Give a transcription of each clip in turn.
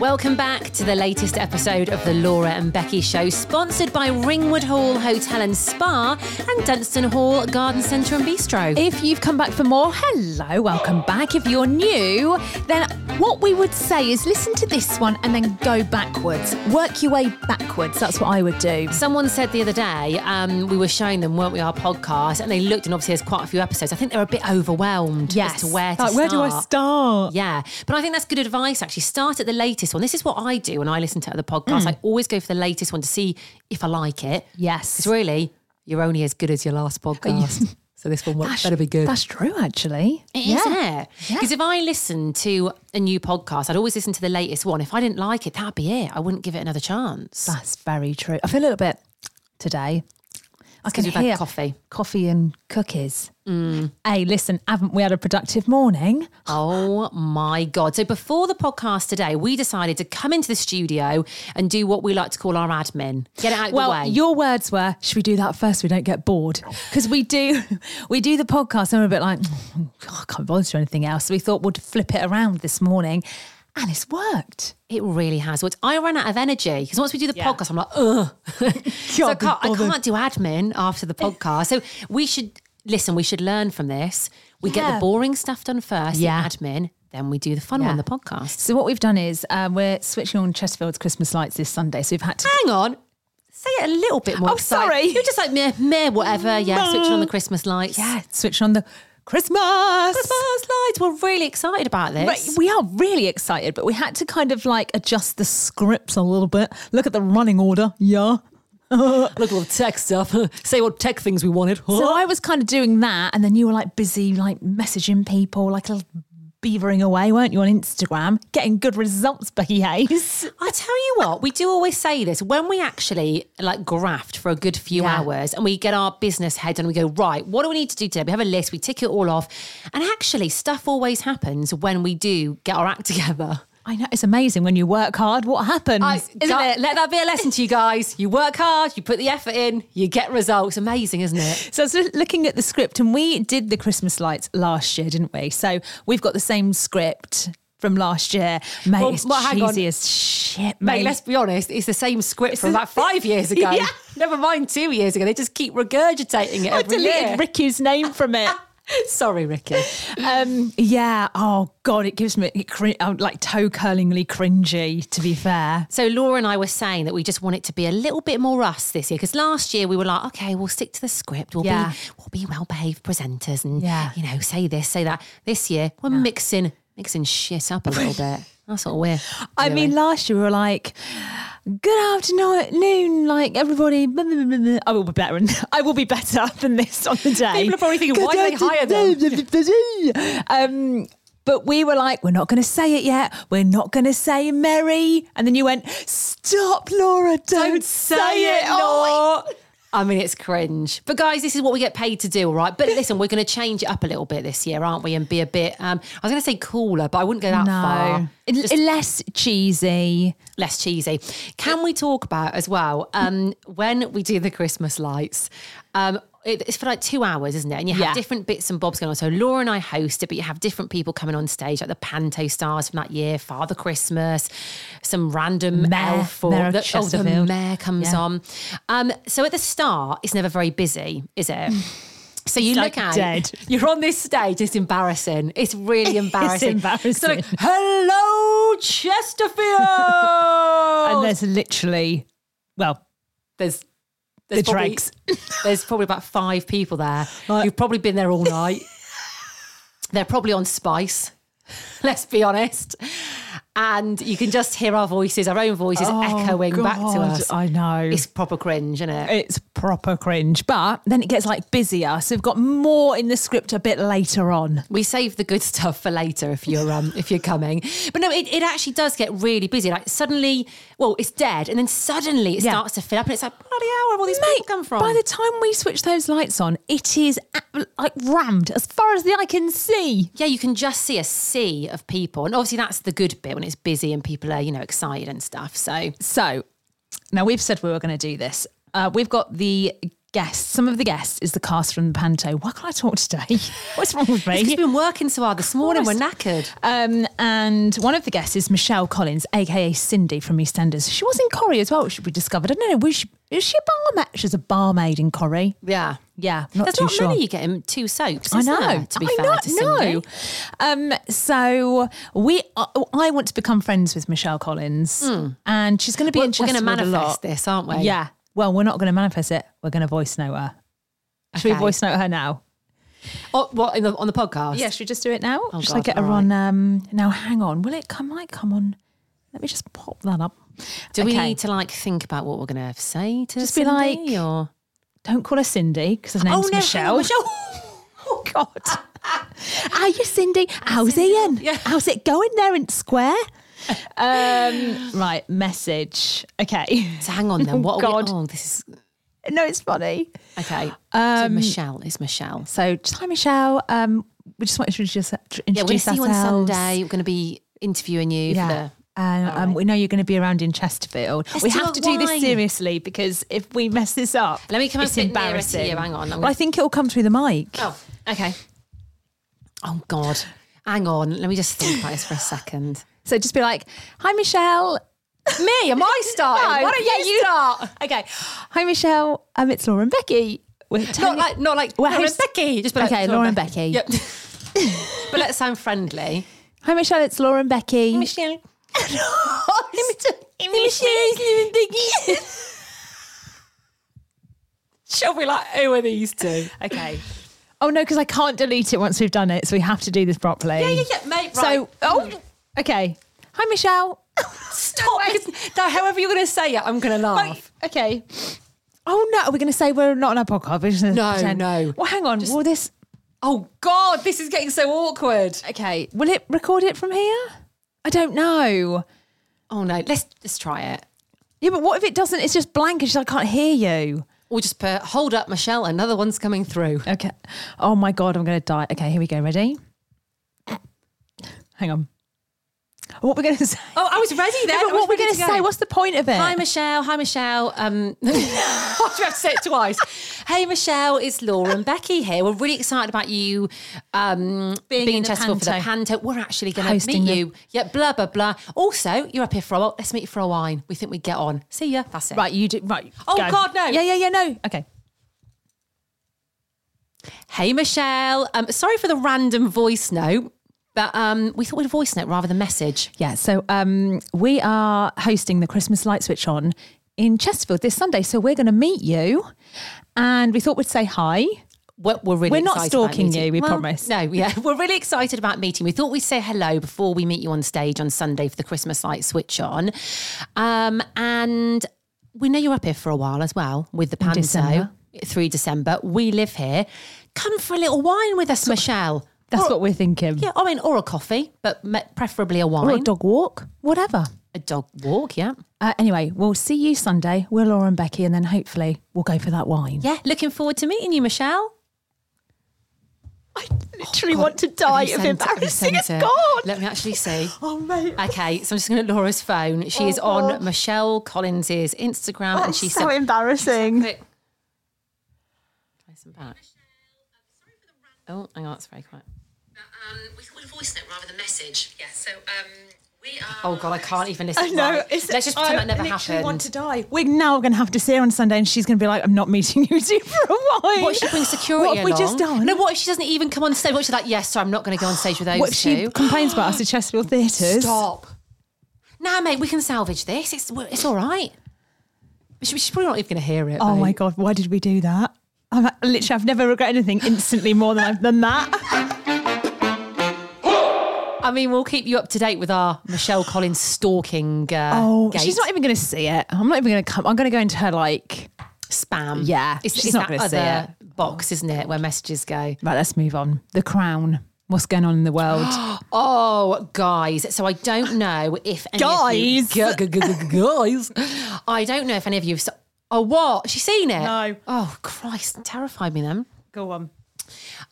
Welcome back to the latest episode of the Laura and Becky Show, sponsored by Ringwood Hall Hotel and Spa and Dunstan Hall Garden Centre and Bistro. If you've come back for more, hello, welcome back. If you're new, then what we would say is listen to this one and then go backwards. Work your way backwards. That's what I would do. Someone said the other day, um, we were showing them, weren't we, our podcast, and they looked and obviously there's quite a few episodes. I think they were a bit overwhelmed Yes. as to where to Like, where do I start? Yeah. But I think that's good advice, actually. Start at the latest one. This is what I do when I listen to other podcasts. Mm. I always go for the latest one to see if I like it. Yes. Because really, you're only as good as your last podcast. so this one That's- better be good. That's true, actually. It is, isn't it? Because if I listened to a new podcast, I'd always listen to the latest one. If I didn't like it, that'd be it. I wouldn't give it another chance. That's very true. I feel a little bit today. I can you've hear had coffee. Mm. coffee and cookies. Hey, listen, haven't we had a productive morning? Oh my God. So before the podcast today, we decided to come into the studio and do what we like to call our admin. Get it out of well, the way. Oh. your words were, "Should we do that first? We don't get bored because we do, we do the podcast, and we're a bit like, "Oh, I can't bother to do anything else." So we thought we'd flip it around this morning, and it's worked. It really has. worked. I ran out of energy because once we do the Yeah. podcast, I'm like, ugh. so I be can't, I bothered. can't do admin after the podcast. So we should listen. We should learn from this. We get Yeah. the boring stuff done first, Yeah. the admin, then we do the fun one, Yeah. the podcast. So what we've done is um, we're switching on Chesterfield's Christmas lights this Sunday. So we've had to. Hang on. Say it a little bit more. Oh, excited. sorry. Mm. You're just like meh, meh, whatever. Yeah, switching on the Christmas lights. Yeah, switch on the Christmas. Christmas lights. We're really excited about this. But we are really excited, but we had to kind of like adjust the scripts a little bit. Look at the running order. Yeah. Look at all the tech stuff. Say what tech things we wanted. So I was kind of doing that, and then you were like busy, like messaging people, like a little beavering away, weren't you, on Instagram, getting good results, Becky Hayes? I tell you what, we do always say this when we actually like graft for a good few Yeah. hours and we get our business head and we go, right, what do we need to do today? We have a list, we tick it all off. And actually, stuff always happens when we do get our act together. I know it's amazing when you work hard. What happens? Isn't it? Let that be a lesson to you guys. You work hard, you put the effort in, you get results. Amazing, isn't it? So I was uh, looking at the script, and we did the Christmas lights last year, didn't we? So we've got the same script from last year. Mate, Well, it's well, hang on. cheesy as shit, mate. Mate, let's be honest, it's the same script from the- about five years ago. Yeah. Never mind two years ago. They just keep regurgitating it every I deleted year. Ricky's name from it. Sorry, Ricky. Um, yeah. Oh God, it gives me it cr- I'm like toe curlingly cringy. To be fair, So Laura and I were saying that we just want it to be a little bit more us this year because last year we were like, okay, we'll stick to the script. We'll Yeah. be we'll be well behaved presenters and Yeah. you know say this, say that. This year we're mixing mixing shit up a little bit. That's what we're. I doing. mean, last year we were like, "Good afternoon, like everybody." blah, blah, blah, blah." I will be better. And, I will be better than this on the day. People are probably thinking, why do they hire them? um, but we were like, "We're not going to say it yet. We're not going to say Merry." And then you went, "Stop, Laura! Don't, say, it, Oh, Laura." I mean, it's cringe. But guys, this is what we get paid to do, all right? But listen, we're going to change it up a little bit this year, aren't we? And be a bit, um, I was going to say cooler, but I wouldn't go that far. L- less cheesy. less cheesy. Can we talk about as well um, when we do the Christmas lights? Um, it- it's for like two hours, isn't it? And you have Yeah. different bits and bobs going on. So Laura and I host it, but you have different people coming on stage, like the Panto stars from that year, Father Christmas, some random Mayor, elf, or Mayor of the, oh, the Chesterfield. mayor comes Yeah. on. Um, so at the start, it's never very busy, is it? So you like look out, dead. you're on this stage. It's embarrassing. It's really embarrassing. It's embarrassing. like, hello, Chesterfield. and there's literally, well, there's the there's probably, dregs. there's probably about five people there Right. who've probably been there all night. They're probably on spice. Let's be honest. And you can just hear our voices, our own voices echoing back to Oh, God, us. I know. It's proper cringe, isn't it? it's proper cringe, but then it gets like busier. So we've got more in the script a bit later on. We save the good stuff for later if you're um if you're coming. But no, it, it actually does get really busy. Like suddenly, well, it's dead, and then suddenly it Yeah. starts to fill up, and it's like bloody hell, where have all these people come from? by the time we switch those lights on, it is a- like rammed as far as the eye can see. yeah, you can just see a sea of people, and obviously that's the good bit when it's busy and people are you know excited and stuff. So So now we've said we were going to do this. Uh, we've got the guests, some of the guests is the cast from the Panto. Why can't I talk today? What's wrong with Because me? we've been working so hard this morning, we're course. knackered. Um, and one of the guests is Michelle Collins, aka Cindy from EastEnders. She was in Corrie as well, should we discovered. I don't know, was she, is she a barmaid? She's a barmaid in Corrie. Yeah. Yeah, not There's too not sure. many you get in two soaps. I is know. there, to be I fair, not to Cindy? know. Um, so we, uh, I want to become friends with Michelle Collins, and she's going to Hmm. be We're, in going to Chesterfield a lot. manifest this, aren't we? Yeah. Well, we're not going to manifest it. We're going to voice note her. Should we Okay. voice note her now? Oh, what in the, on the podcast? Yeah, should we just do it now? should I Oh, God, get her all right. on? Um, now, hang on. Will it come? Might come on. Let me just pop that up. Do we Okay. need to like think about what we're going to say to Just be Cindy, like- or Don't call her Cindy Oh, because her name's Michelle. Oh God. Are you Cindy? How's Ian? How's it going there in Square? Um, right, message. Okay. So hang on then. What? Are God. we, oh, this is No, it's funny. okay. so Um, Michelle is Michelle. So, just hi, Michelle. Um, we just want to introduce, introduce Yeah, we're going to see you on ourselves. Sunday. We're going to be interviewing you. For Yeah. the, And um, we know you're going to be around in Chesterfield. we do have a to do this wine. seriously because if we mess this up, Let me come it's a bit nearer to embarrassing. you. Hang on, I'm Well, I gonna- think it'll come through the mic. oh, okay. Oh God. Hang on. Let me just think about this for a second. So just be like, "Hi, Michelle." Me? Am I starting? No, Why don't yeah, you, you- start? Okay. Hi, Michelle. Um, it's Laura and Becky. We're Not telling- like, not like Well, Laura who's- and Becky. Just be like, Okay, Laura and Becky. Yep. but let's sound friendly. Hi, Michelle. It's Laura and Becky. Michelle. She'll be like, who are these two? okay. Oh no, because I can't delete it once we've done it, so we have to do this properly. Yeah, yeah, yeah, mate. So, Right. oh, okay. Hi, Michelle. stop. no, however you're going to say it, I'm going to laugh. Okay. Oh no, are we going to say we're not on our podcast? We're just gonna No, pretend- no. Well, hang on. will this? Oh God, this is getting so awkward. Okay. Will it record it from here? I don't know. Oh no, let's just try it. Yeah, but what if it doesn't? It's just blank. It's just, I can't hear you. Or just put hold up, Michelle. Another one's coming through. Okay. Oh my god, I'm going to die. Okay, here we go. Ready? Hang on. What we're going to say? Oh, I was ready then. Yeah, but I was what we're ready going to say? What's the point of it? Hi Michelle. Hi Michelle. Um, I have to say it twice. hey Michelle, it's Laura and Becky here. We're really excited about you um, being, in in the Chesterfield for the Panto. We're actually going to meet Hosting the- you. Yeah, blah blah blah. Also, you're up here for a while. Let's meet you for a wine. We think we get on. See ya. That's it. right, you do. Right. Oh, go. God, no. Yeah, yeah, yeah. No. Oh, Okay. Hey Michelle. Um, sorry for the random voice note, but um, we thought we'd voice note rather than message. Yeah. So um, we are hosting the Christmas light switch on in Chesterfield this Sunday. So we're going to meet you, and we thought we'd say hi. We're, we're really We're not excited about stalking meeting- you, we promise. No, yeah, we're really excited about meeting. We thought we'd say hello before we meet you on stage on Sunday for the Christmas light switch on, um, and we know you're up here for a while as well with the panto December. through December. We live here. Come for a little wine with us, Michelle. That's what we're thinking. Yeah, I mean, or a coffee, but me- preferably a wine, Or a dog walk, whatever. a dog walk. Yeah, Uh, anyway, we'll see you Sunday. We're Laura and Becky, and then hopefully we'll go for that wine. yeah. Looking forward to meeting you, Michelle. I literally God, have you sent it? Have you sent it? Let me actually see. Oh, Oh, mate. Okay, so I'm just going to Laura's phone. She is on Michelle Collins's Instagram, and she said, embarrassing. "Quick, try some back." Oh, hang on, that's very quiet. Um, we thought we'd voice note rather than message. Yeah, so um, we are. Oh God, I can't even listen. Right, Let's just pretend that never happened. die. We're now going to have to see her on Sunday, and she's going to be like, "I'm not meeting you two for a while." what if she brings security What have we along? just done? No, what if she doesn't even come on stage? What if she's like, yes, sorry, I'm not going to go on stage with those What if she two. complains about us at Chesterfield Theatres? Stop. Nah, mate, we can salvage this. It's it's all right. But she, she's probably not even going to hear it. Oh mate. my god, why did we do that? I've, literally, I've never regretted anything instantly more than I've done that. I mean, we'll keep you up to date with our Michelle Collins stalking. Uh, Oh, gate. she's not even going to see it. I'm not even going to come. I'm going to go into her like. spam. Yeah, it's, she's it's not that gonna see other box, isn't it, where messages go? Right, let's move on. The Crown. What's going on in the world? Oh, guys! So I don't know if any of you, Guys. Gu- gu- gu- guys, I don't know if any of you. Have, s- oh, what? She's seen it? No. Oh, Christ! Terrified me then. Go on.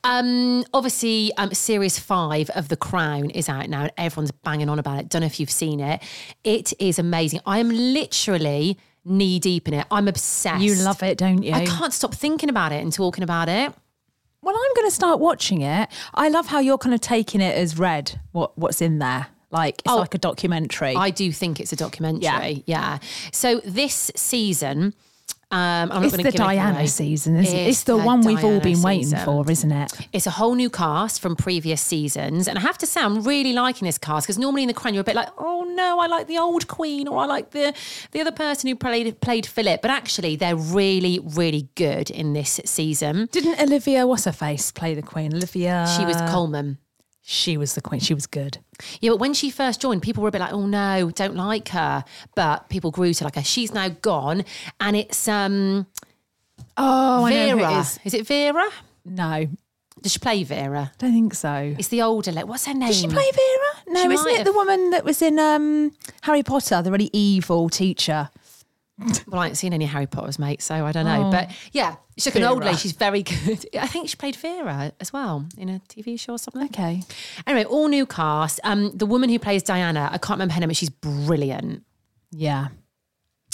Um, obviously, um, series five of The Crown is out now, and everyone's banging on about it. Don't know if you've seen it. It is amazing. I am literally knee deep in it. I'm obsessed. You love it, don't you? I can't stop thinking about it and talking about it. Well, I'm going to start watching it. I love how you're kind of taking it as read what what's in there. Like it's Oh. like a documentary. I do think it's a documentary. Yeah. So this season, um, I'm it's not the going to give anything Diana away. season, isn't it? It's It's the, the one we've all Diana been waiting season. for, isn't it? It's a whole new cast from previous seasons. And I have to say, I'm really liking this cast because normally in the crown, you're a bit like, oh no, I like the old queen or I like the, the other person who played, played Philip. But actually, they're really, really good in this season. Didn't Olivia what's her face play the queen? Olivia. She was Coleman. She was the queen. She was good. Yeah, but when she first joined, people were a bit like, "Oh no, don't like her." But people grew to like her. She's now gone, and it's um Oh, Vera. I know who it is. is. it Vera? No, Does she play Vera? don't think so. It's the older. Like, what's her name? Did she play Vera? No, She isn't might it have. the woman that was in um, Harry Potter, the really evil teacher? Well, I ain't seen any Harry Potter's, mate, so I don't know. But yeah, she's like an old Oh. Vera. lady. She's very good. I think she played Vera as well in a TV show or something. Okay. Anyway, all new cast. Um, the woman who plays Diana, I can't remember her name, but she's brilliant. Yeah.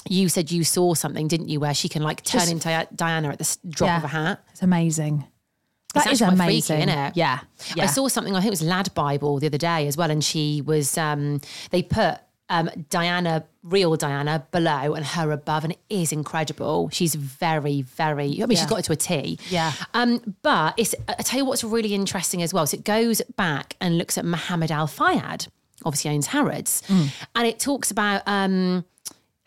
You said you saw something, didn't you, where she can like turn into Diana at the s- drop Yeah. of a hat. It's amazing. That is actually quite freaky, amazing. innit? Yeah. yeah. I saw something, I think it was Lad Bible the other day as well. And she was, um, they put um, Diana, real Diana, below and her above. And it is incredible. She's very, very, I mean, she's Yeah. got it to a T. Yeah. Um, but it's, I I tell you what's really interesting as well. So it goes back and looks at Muhammad Al Fayad, obviously owns Harrods. Mm. And it talks about, um,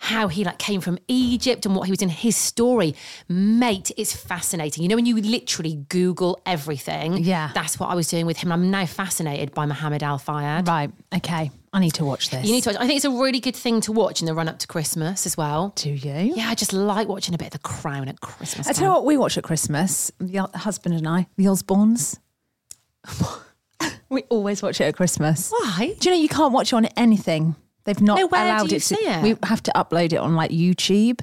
how he like came from Egypt and what he was in his story. Mate, it's fascinating. You know, when you literally Google everything, Yeah. that's what I was doing with him. I'm now fascinated by Mohammed Al Fayed. Right. Okay. I need to watch this. You need to watch. I think it's a really good thing to watch in the run up to Christmas as well. Do you? Yeah, I just like watching a bit of The Crown at Christmas. I tell you what, we watch at Christmas, the hu- husband and I, the Osbournes. we always watch it at Christmas. Why? Do you know you can't watch it on anything? They've not No, where do allowed you it to. see it? We have to upload it on like YouTube.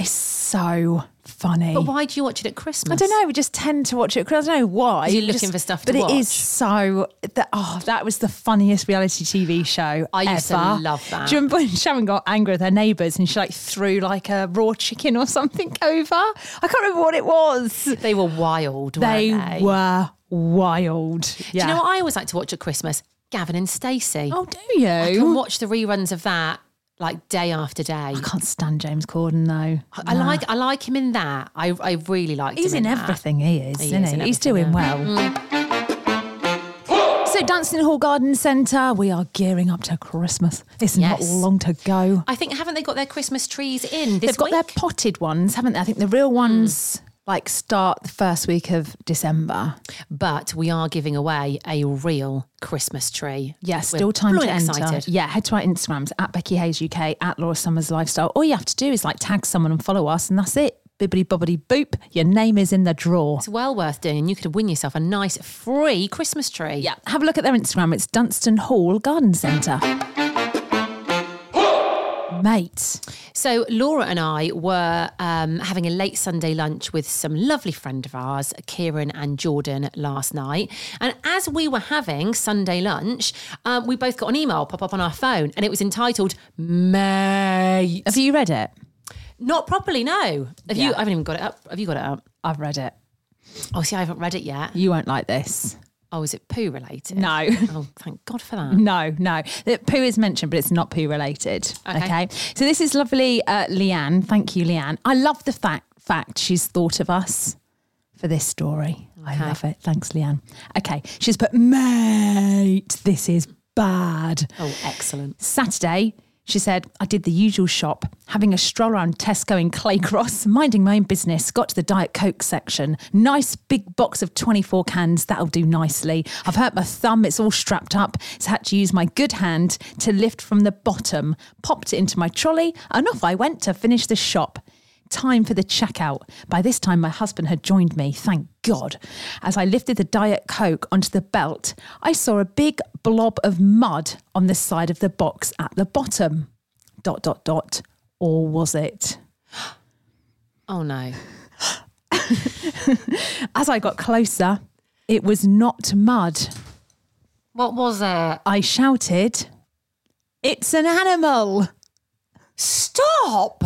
It's so funny. But why do you watch it at Christmas? I don't know. We just tend to watch it. 'cause I don't know why. You're We looking just- for stuff to but it watch. is so. That, oh, that was the funniest reality TV show I used to ever. love that. Do you remember when Sharon got angry with her neighbours and she like threw like a raw chicken or something over? I can't remember what it was. They were wild. They weren't they? were wild. Yeah. eh? Do you know what I always like to watch at Christmas? Gavin and Stacey. Oh, do you? I You can watch the reruns of that like day after day. can't stand James Corden though. I like I like him in that. I I really liked He's him in in, that. everything. He is, He isn't is he? in He's everything, doing yeah. Mm-hmm. well. So, Dancing Hall Garden Centre, we are gearing up to Christmas. It's not Yes. long to go. I think haven't they got their Christmas trees in this They've got week? Hmm. their potted ones, haven't they? I think the real ones like start the first week of December. but we are giving away a real Christmas tree. Yeah, We're still time to blowing enter. excited. Yeah, head to our Instagrams at Becky Hayes UK at Laura Summers Lifestyle. All you have to do is like tag someone and follow us, and that's it. Bibbidi bobbidi boop. Your name is in the draw. It's well worth doing, and you could win yourself a nice free Christmas tree. Yeah, have a look at their Instagram. It's Dunstan Hall Garden Centre. Mate, So Laura and I were um, having a late Sunday lunch with some lovely friend of ours, Kieran and Jordan, last night. And as we were having Sunday lunch, um, we both got an email pop up on our phone, and it was entitled "Mate." have you read it? Not properly, no. Have you? Yeah. I haven't even got it up. Have you got it up? I've read it. Oh, see, I haven't read it yet. You won't like this. Oh, is it poo related? No. Oh, thank God for that. No, no. The poo is mentioned, but it's not poo related. Okay. Okay. So this is lovely, uh, Leanne. Thank you, Leanne. I love the fact fact she's thought of us for this story. I love it. Thanks, Leanne. Okay. She's put, mate, this is bad. Oh, excellent. Saturday, she said, I did the usual shop, having a stroll around Tesco in Claycross, minding my own business, got to the Diet Coke section. Nice big box of 24 cans, that'll do nicely. I've hurt my thumb, it's all strapped up, so had to use my good hand to lift from the bottom, popped it into my trolley, and off I went to finish the shop. Time for the checkout. By this time, my husband had joined me, thank God. As I lifted the Diet Coke onto the belt, I saw a big blob of mud on the side of the box at the bottom. Dot, dot, dot. Or was it? Oh no. As I got closer, it was not mud. What was it? I shouted, It's an animal! Stop.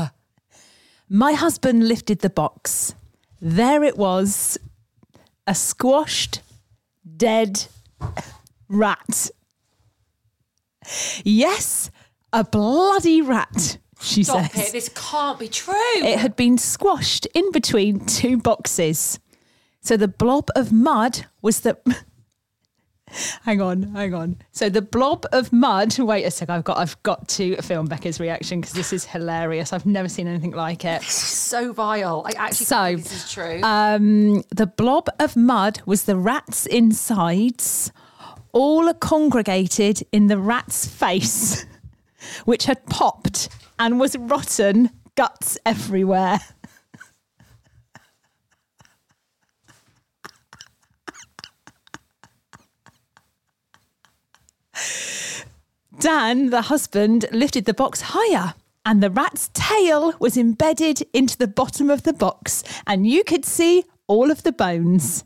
My husband lifted the box. There it was a squashed, dead rat. Yes, a bloody rat, she Stop says. it. This can't be true. It had been squashed in between two boxes. So the blob of mud was the. hang on, hang on. So the blob of mud. Wait a sec. I've got. I've got to film Becca's reaction because this is hilarious. I've never seen anything like it. so vile. I actually So, think this is true. Um, the blob of mud was the rat's insides, all congregated in the rat's face, which had popped and was rotten, guts everywhere. Dan, the husband, lifted the box higher, and the rat's tail was embedded into the bottom of the box, and you could see all of the bones.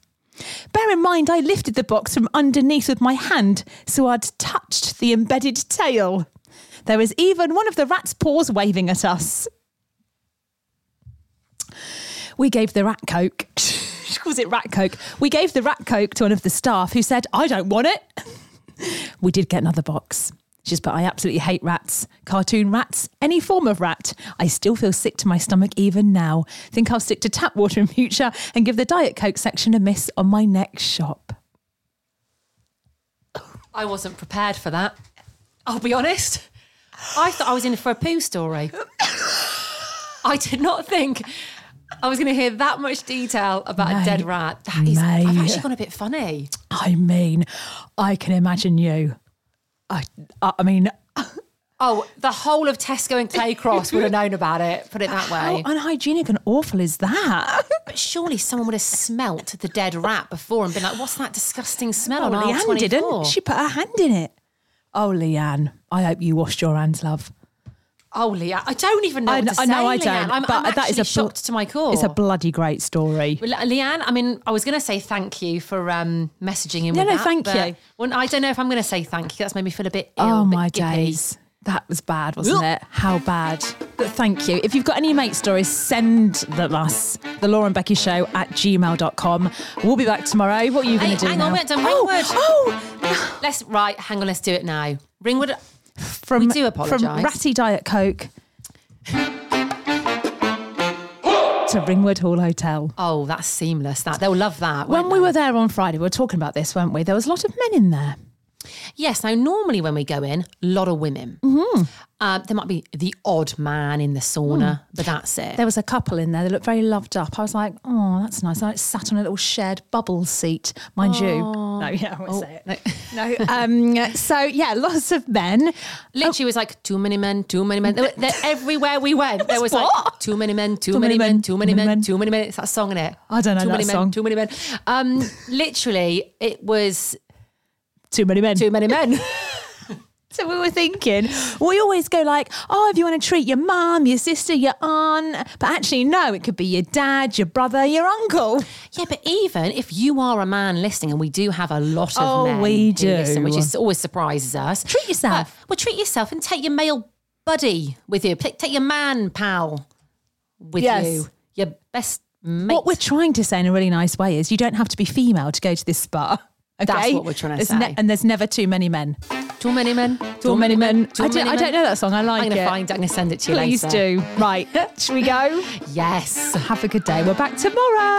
Bear in mind, I lifted the box from underneath with my hand, so I'd touched the embedded tail. There was even one of the rat's paws waving at us. We gave the rat coke. she calls it rat coke. We gave the rat coke to one of the staff who said, I don't want it. We did get another box. She says, but I absolutely hate rats. Cartoon rats, any form of rat. I still feel sick to my stomach even now. Think I'll stick to tap water in future and give the Diet Coke section a miss on my next shop. I wasn't prepared for that. I'll be honest. I thought I was in for a poo story. I did not think I was going to hear that much detail about a dead Mate. rat. That is, I've Mate. actually gone a bit funny. I mean, I can imagine you. I, I I mean, Oh, the whole of Tesco and Clay Cross would have known about it. Put it that how way. unhygienic and awful is that? But surely someone would have smelt the dead rat before and been like, "What's that disgusting smell on Well, aisle Leanne 24? didn't. She put her hand in it. Oh, Leanne, I hope you washed your hands, love. Oh, Leanne, I don't even know. I, what kn- to I know say, I Leanne. don't. I'm, but I'm that is actually a bl- shocked to my core. It's a bloody great story. Well, Le- Leanne, I mean, I was going to say thank you for um, messaging in. No, with no, that, thank but- you. Well, I don't know if I'm going to say thank you. That's made me feel a bit ill. oh a bit my gippy. days, that was bad, wasn't it? How bad? But thank you. If you've got any mate stories, send them us. The Laura and Becky Show at gmail.com. We'll be back tomorrow. What are you Hey, going to do hang now? on, we haven't done oh, Ringwood. oh, Let's right. Hang on. Let's do it now. Ringwood. from do from apologise. ratty diet coke to Ringwood Hall Hotel. Oh, that's seamless. That they'll love that. When won't we they? were there on Friday, we were talking about this, weren't we? There was a lot of men in there. Yes. Now, normally when we go in, a lot of women. Mm-hmm. Uh, there might be the odd man in the Mm. sauna, but that's it. There was a couple in there. They looked very loved up. I was like, oh, that's nice. I sat on a little shared bubble seat, mind you. Oh. No, yeah, I won't say it. No. um, so yeah, lots of men. Literally was like too many men, too many men. There were- there- everywhere we went, there was like What? too many men, too, many, men, too many men, too many men. It's that song in it. I don't know too that many men, song. too many men. Um, literally, it was Oh, Too many men. too many men. So we were thinking, we always go like, oh, if you want to treat your mum, your sister, your aunt, but actually, no, it could be your dad, your brother, your uncle. yeah, but even if you are a man listening, and we do have a lot of Oh, men we who do. listen, which is always surprises us. Treat yourself. Well, treat yourself and take your male buddy with you. Take take your man pal with Yes. you. Your best mate. What we're trying to say in a really nice way is you don't have to be female to go to this spa. Okay? That's what we're trying to There's ne- say. and there's never too many men. too many men. Too many men. Too I, don't, many I men. don't know that song. I like I'm gonna it. find it. I'm gonna send it to you Please later. do. Right. Should we go? Yes. Have a good day. We're back tomorrow.